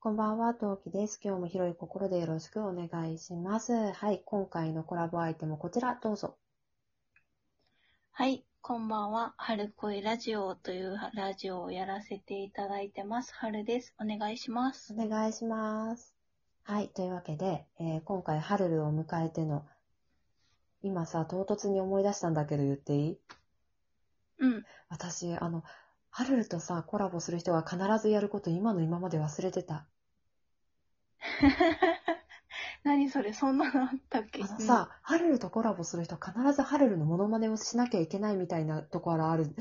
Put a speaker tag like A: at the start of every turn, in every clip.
A: こんばんは、トウキです。今日も広い心でよろしくお願いします。はい、今回のコラボアイテムこちら、どうぞ。
B: はい、こんばんは。春恋ラジオというラジオをやらせていただいてます。春です。お願いします。
A: お願いします。はい、というわけで、えー今回、ハルルを迎えての、今さ、唐突に思い出したんだけど言っていい
B: うん。
A: 私、あの、ハルルとさ、コラボする人が必ずやること、今の今まで忘れてた。
B: 何それ、そんなのあったっけ
A: あのさ、ハルルとコラボする人、必ずハルルのモノマネをしなきゃいけないみたいなところ ある。すっ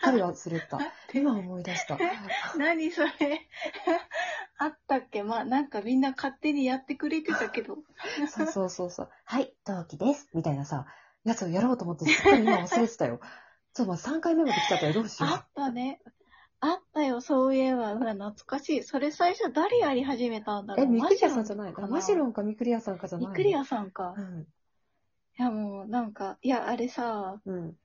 A: かり忘れてた。今思い出 した。
B: うん何それ、 あったっけまあ、なんかみんな勝手にやってくれてたけど。
A: そうそうそうそう。 はい、同期です。みたいなさ、やつをやろうと思って、すっかり今忘れてたよ。 ちょっと待って3回目まで来ちゃったよ。どうしよ
B: あったね。あったよ、そういえば。うわ懐かしい。それ最初誰やり始めたんだ
A: う。
B: ろ
A: え、
B: う。
A: ミクリアさんじゃない
B: かな
A: マシロンかミクリアさんかじゃない
B: ミクリアさんか
A: う。ん。
B: いや、もう、なんか、いや、あれさ、
A: うん。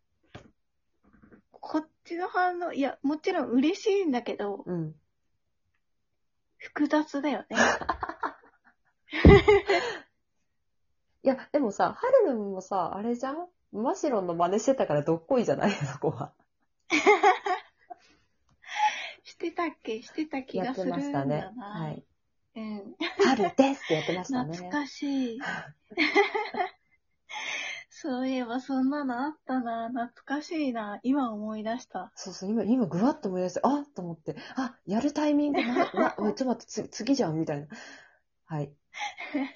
B: こっちの反応、いや、もちろん嬉しいんだけど、
A: うん。
B: 複雑だよ ね。
A: いや、でもさ、ハルルンもさ、あれじゃんマシロンの真似してたからどっこいじゃ ないそこは。
B: してたっけしてた気
A: や
B: が
A: って
B: するん
A: ま
B: だな。
A: したね。はい。
B: うん。
A: ハルですってやってましたね。
B: 懐かしい。そういえばそんなのあったな。懐かしいな。今思い出した。
A: そうそう、今、今、ぐわっと思い出して、あっと思って、あやるタイミングな、な、 おいちょっと待って、つ次じゃん、みたいな。はい。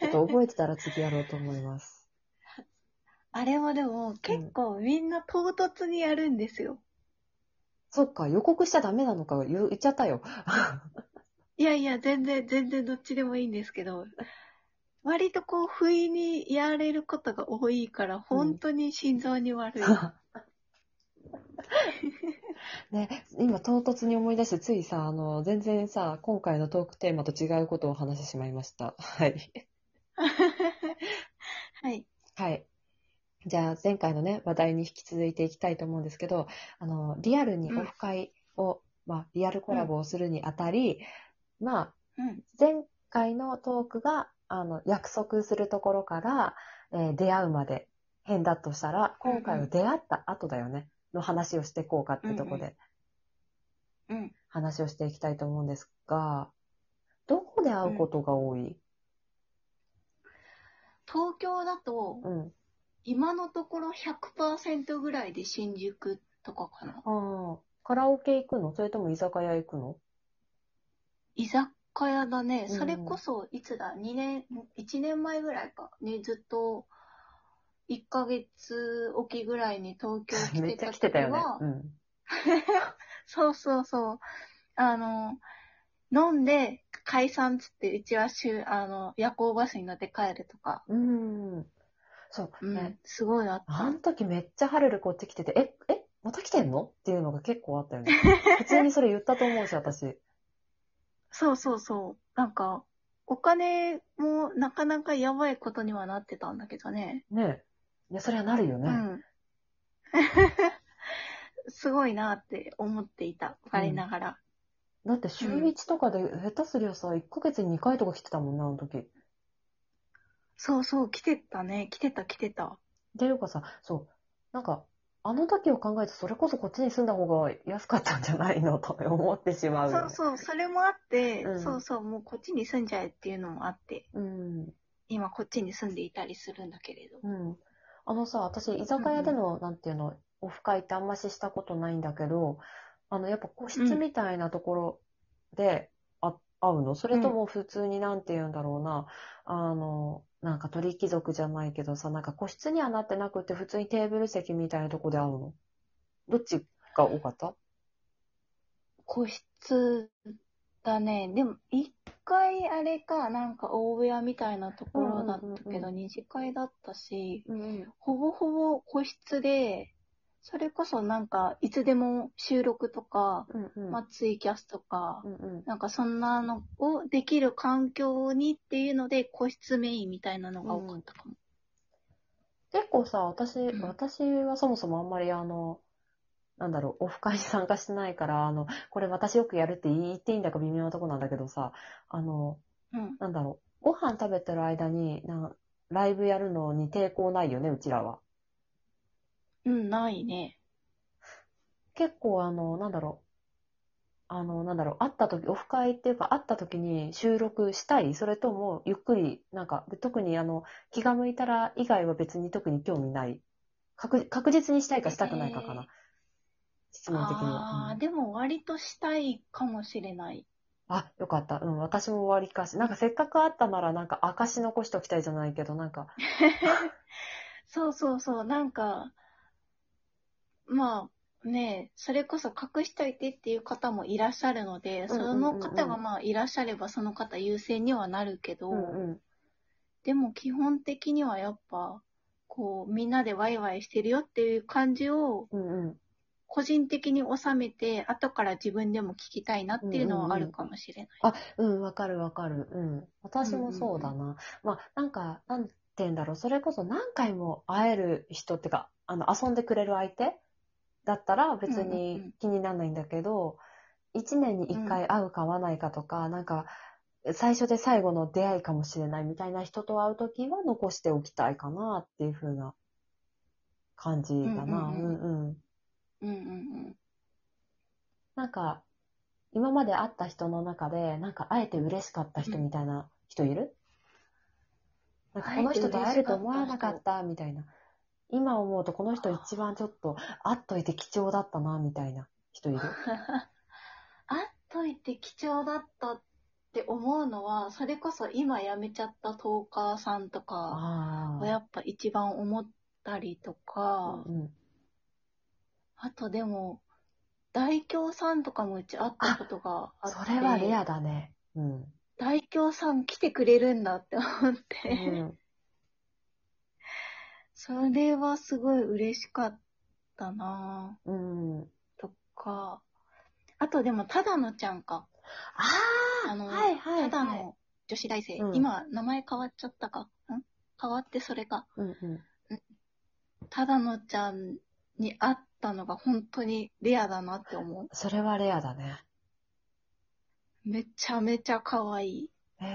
A: ちょっと覚えてたら次やろうと思います。
B: あれはでも結構みんな唐突にやるんですよ。
A: そっか、予告しちゃダメなのか、言う言っちゃったよ。
B: いやいや、全然、全然どっちでもいいんですけど、割とこう、不意にやれることが多いから、本当に心臓に悪い。
A: ね、今、唐突に思い出して、ついさ、あの、全然さ、今回のトークテーマと違うことを話してしまいました。はい。
B: はい。
A: はい。じゃあ、前回のね、話題に引き続いていきたいと思うんですけど、あの、リアルにオフ会を、まあ、リアルコラボをするにあたり、まあ、
B: うん。
A: 前回のトークが、あの、約束するところから、えー出会うまで変だとしたら、今回は出会った後だよね、の話をしていこうかってとこ
B: うんう
A: で
B: うん。
A: 話をしていきたいと思うんですが、どこで会うことが多い
B: 東京だと、
A: うん。
B: 今のところ100%ぐらいで新宿とかかな。
A: ああ、カラオケ行くのそれとも居酒屋行くの
B: 居酒屋だね。
A: うん
B: それこそ、いつだ ?2 年、1年前ぐらいか。ね、ずっと、1ヶ月おきぐらいに東京来てた時は、
A: めっちゃ来てたよね。うん。
B: そうそうそう。あの、飲んで解散っつって、うちは週、あの、夜行バスに乗って帰るとか。
A: うん。そうう、
B: ん、
A: ね。
B: すごいあっ
A: あ
B: た
A: の。時めっちゃハルルこっち来てて、え、え、また来てんのっていうのが結構あった よね。普通にそれ言ったと思うし、私。
B: そうそうそう。なんか、お金もなかなかやばいことにはなってたんだけどね。
A: ねえ。いや、そりゃなるよ
B: う
A: ね。
B: ん。 すごいなって思っていた。我ながら。
A: だって週1とかで下手すりゃさ、1ヶ月に2回とか来てたもんね、あの時。
B: そうそう、来てたね。来てた来てた。
A: っていうかさ、そう、なんか、あの時を考えてそれこそこっちに住んだ方が安かったんじゃないのと思ってしまうよ
B: そ
A: ね。
B: うそう、それもあって、
A: うん
B: そうそう、もうこっちに住んじゃえっていうのもあって。
A: うん。
B: 今こっちに住んでいたりするんだけれど。
A: うん。あのさ、私、居酒屋での、なんていうの、オフ会ってあんまししたことないんだけど、あの、やっぱ個室みたいなところで、あ、会うのそれとも普通になんて言うんだろうな、あの、なんか鳥貴族じゃないけどさ、なんか個室にはなってなくて、普通にテーブル席みたいなとこで会うのどっちが多かった
B: 個室だね。でも、一回あれか、なんか大部屋みたいなところだったけ
A: うんうんうん
B: ど、二次会だったし、
A: うん。
B: ほぼほぼ個室で、それこそなんか、いつでも収録とか、
A: うんうん。
B: まあ、ツイキャスとか
A: う、んうん。
B: なんかそんなのをできる環境にっていうので、個室メインみたいなのが多かったかも。
A: 結構さ、私、
B: ん
A: 私はそもそもあんまりあの、なんだろう、オフ会に参加してないから、あの、これ私よくやるって言っていいんだか微妙なとこなんだけどさ、あの、
B: うん。
A: なんだろう、ご飯食べてる間に、なライブやるのに抵抗ないよね、うちらは。
B: うん、ないね。
A: 結構あの、なんだろう、あの、なんだろう、会った時、オフ会っていうか、会った時に収録したいそれとも、ゆっくり、なんか、特にあの、気が向いたら以外は別に特に興味ない。確確実にしたいかしたくないかかな。
B: えー
A: 質問的には。
B: あ
A: う
B: あ、
A: ん
B: でも割としたいかもしれない。
A: あ、よかった。うん、私も割りかし。なんかせっかく会ったなら、なんか証残しときたいじゃないけど、なんか、
B: そうそうそう、なんか、まあね、それこそ隠しといてっていう方もいらっしゃるので、
A: うんうんうん
B: そ
A: うん
B: の方がまあいらっしゃればその方優先にはなるけど、
A: うんうん。
B: でも基本的にはやっぱ、こうみんなでワイワイしてるよっていう感じを
A: うんうん。
B: 個人的に収めて、後から自分でも聞きたいなっていうのはあるかもしれない。
A: うん、わかるわかる。うん。私もそうだな。まあ、なんか、なんて言うんだろう。それこそ何回も会える人ってか、あの、遊んでくれる相手だったら別
B: うんうんう
A: に
B: ん
A: 気にならないんだけど、一年に一回会うか会わないかとか、なんか、最初で最後の出会いかもしれないみたいな人と会うときは残しておきたいかなっていう風な感じだな。
B: うんうん
A: うんうん
B: うんうん
A: なんか、今まで会った人の中で、なんか会えて嬉しかった人みたいな人いる、なんかこの人と会えると思わなかったみたいな。今思うとこの人一番ちょっと会っといて貴重だったなみたいな人いる
B: うん。あっといて貴重だったって思うのは、それこそ今辞めちゃったトーカーさんとか
A: あ
B: は
A: あ。
B: やっぱ一番思ったりとか、
A: うん
B: あとでも、大京さんとかもうち会ったことがあっ
A: そ
B: て、
A: れはレアだね。うん。
B: 大京さん来てくれるんだって思って、
A: うん
B: それはすごい嬉しかったな
A: うん。
B: ぁとか、あとでも、ただのちゃんか。
A: ああ
B: あの
A: はいはい、は
B: た
A: い。
B: だの女子大生。
A: うん
B: 今、名前変わっちゃったか。ん変わってそれか。
A: うんうん。
B: ただのちゃんに会ったのが本当にレアだなって思う。
A: それはレアだね。
B: めちゃめちゃ可愛い。
A: へ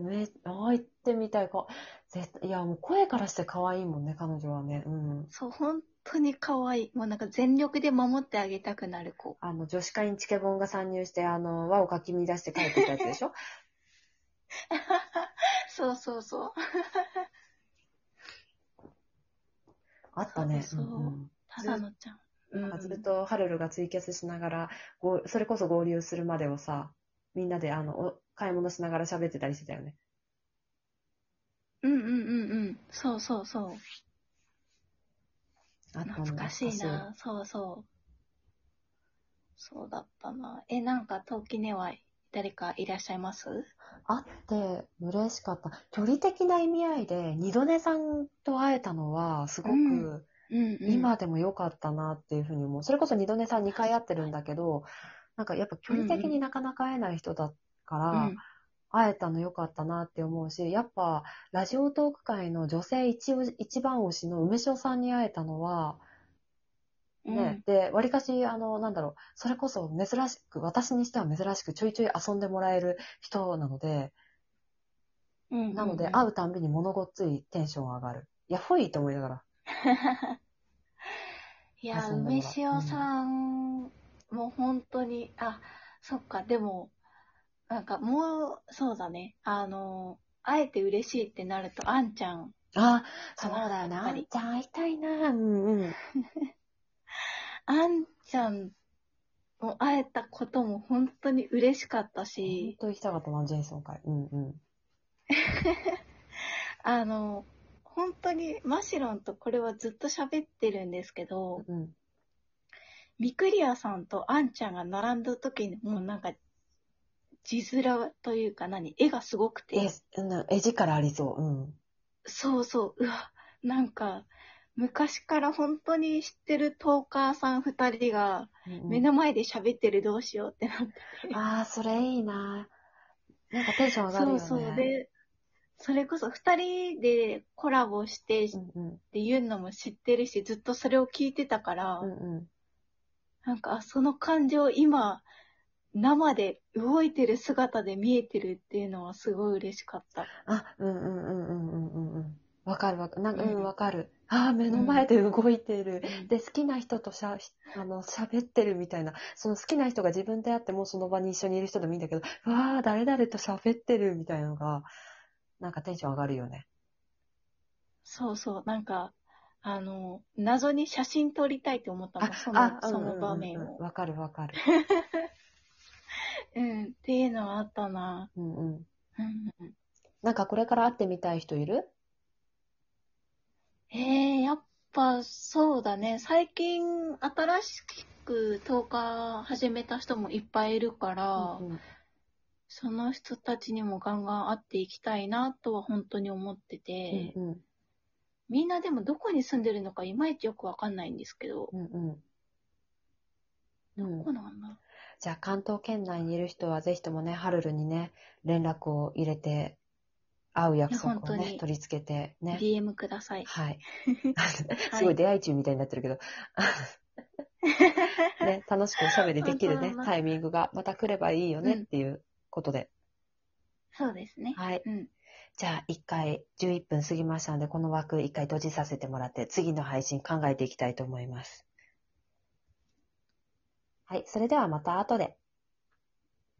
A: え、め、ああ、行ってみたいか。絶対、いや、もう声からして可愛いもんね、彼女はね。うん。
B: そう、本当に可愛い。もうなんか全力で守ってあげたくなる子。
A: あの、女子会にチケボンが参入して、あの、輪をかき乱して帰ってきたやつでし ょ
B: そうそうそう。
A: あったね。
B: そうそうんただのちゃん。
A: うん。な
B: う
A: ん
B: ん
A: かずっと、ハルルがツイキャスしながら、ごそれこそ合流するまでをさ、みんなで、あの、お買い物しながら喋ってたりしてたよね。
B: うんうんうんうん。そうそうそう。
A: あったね
B: 懐かしい。な。そうそう。そうだったな。え、なんか、陶器ねは誰かいらっしゃいます
A: あって、嬉しかった。距離的な意味合いで、二度寝さんと会えたのは、すごく、
B: うんうん、うん。
A: 今でも良かったなっていうふうに思う。それこそ二度寝さん2回会ってるんだけど、なんかやっぱ距離的になかなか会えない人だから、
B: うん、
A: 会えたの良かったなって思うし、やっぱラジオトーク界の女性一押一番推しの梅塩さんに会えたのは、ね、で、わりかし、あの、なんだろう、それこそ珍しく、私にしては珍しくちょいちょい遊んでもらえる人なので、
B: うん。
A: なの
B: うん
A: で
B: うん
A: 会うたんびに物ごっついテンション上がる。やっほいと思いながら。
B: いや、
A: 遊んでも
B: 梅
A: らう
B: 塩さんも本当に、あ、そっか、でも、なんかもう、そうだね。あの、会えて嬉しいってなると、あんちゃん、
A: あ、そ
B: そうう
A: だ
B: だ
A: よ
B: よね
A: な。
B: あん
A: ちゃん会いたいな。うんうん。
B: あんちゃんも会えたことも本当に嬉しかった
A: 本
B: し、
A: 当行きたかったな、ジェイソン会。うんうん。
B: あの、本当にマシロンとこれはずっと喋ってるんですけど、
A: うん、
B: ミクリアさんとアンちゃんが並んだ時に、もうなんか、字面というか何、絵がすごくて
A: え、、うん、絵力ありそう。うん。
B: そうそう、うわ、なんか、昔から本当に知ってるトーカーさん二人が、
A: うん
B: 目の前で喋ってるどうしようってなって、
A: ああ、それいいな。なんかテンション上がるよ
B: そ
A: ね。
B: うそう、で、それこそ二人でコラボしてっ
A: うんうん。
B: ていうのも知ってるし、ずっとそれを聞いてたから、
A: うんうん。
B: なんか、あその感情今、生で動いてる姿で見えてるっていうのはすごい嬉しかった。
A: あ、うんうんうんうんうんうんうん。わかるわかる。なんか、う
B: うん
A: ん、わかる。ああ、目の前で動いてる。で、好きな人としゃ、あの、喋ってるみたいな。その好きな人が自分であっても、その場に一緒にいる人でもいいんだけど、うわあ、誰々と喋ってるみたいなのが、なんかテンション上がるよね。
B: そうそう、なんか、あの、謎に写真撮りたいって思ったの、その、その場面
A: うんうんうんうん
B: を。
A: わかるわかる。
B: うん、っていうのはあったな。
A: うんうん。
B: うんうん
A: なんかこれから会ってみたい人いる
B: えー、やっぱそうだね。最近新しく投下始めた人もいっぱいいるから、
A: うんうん
B: その人たちにもガンガン会っていきたいなとは本当に思ってて、
A: うんうん
B: みんなでもどこに住んでるのかいまいちよくわかんないんですけど、
A: うんうん。
B: ど
A: う
B: こ
A: ん、
B: なんだろう
A: じゃあ関東圏内にいる人はぜひともね、ハルルにね、連絡を入れて、会う約束を
B: いや本当
A: ね
B: に、
A: 取り付けてね。
B: DM ください。
A: はい。 すごい出会い中みたいになってる けど、ね、楽しくおしゃべりできる
B: 本
A: ね
B: 当だ、な
A: タイミングがまた来ればいいよね
B: うん
A: っていうことで。
B: そうですね。
A: はい。
B: うん。
A: じゃあ、一回、11分過ぎましたので、この枠一回閉じさせてもらって、次の配信考えていきたいと思います。はい。それではまた後で。